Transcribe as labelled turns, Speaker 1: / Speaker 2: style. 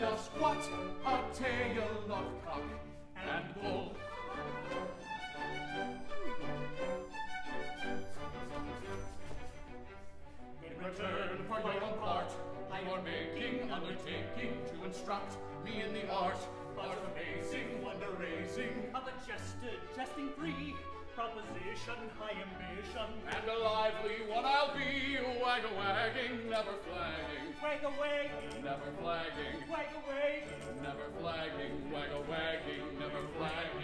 Speaker 1: got a tail of cock and bull. In return for your part, I am making undertaking to instruct me in the art of amazing wonder raising
Speaker 2: Of a jester, jesting free, proposition, high ambition.
Speaker 1: and a lively one I'll be, wag a wagging, never flagging,
Speaker 2: Wag away,
Speaker 1: never flagging,
Speaker 2: wag away,
Speaker 1: never flagging, wag a wagging, never flagging.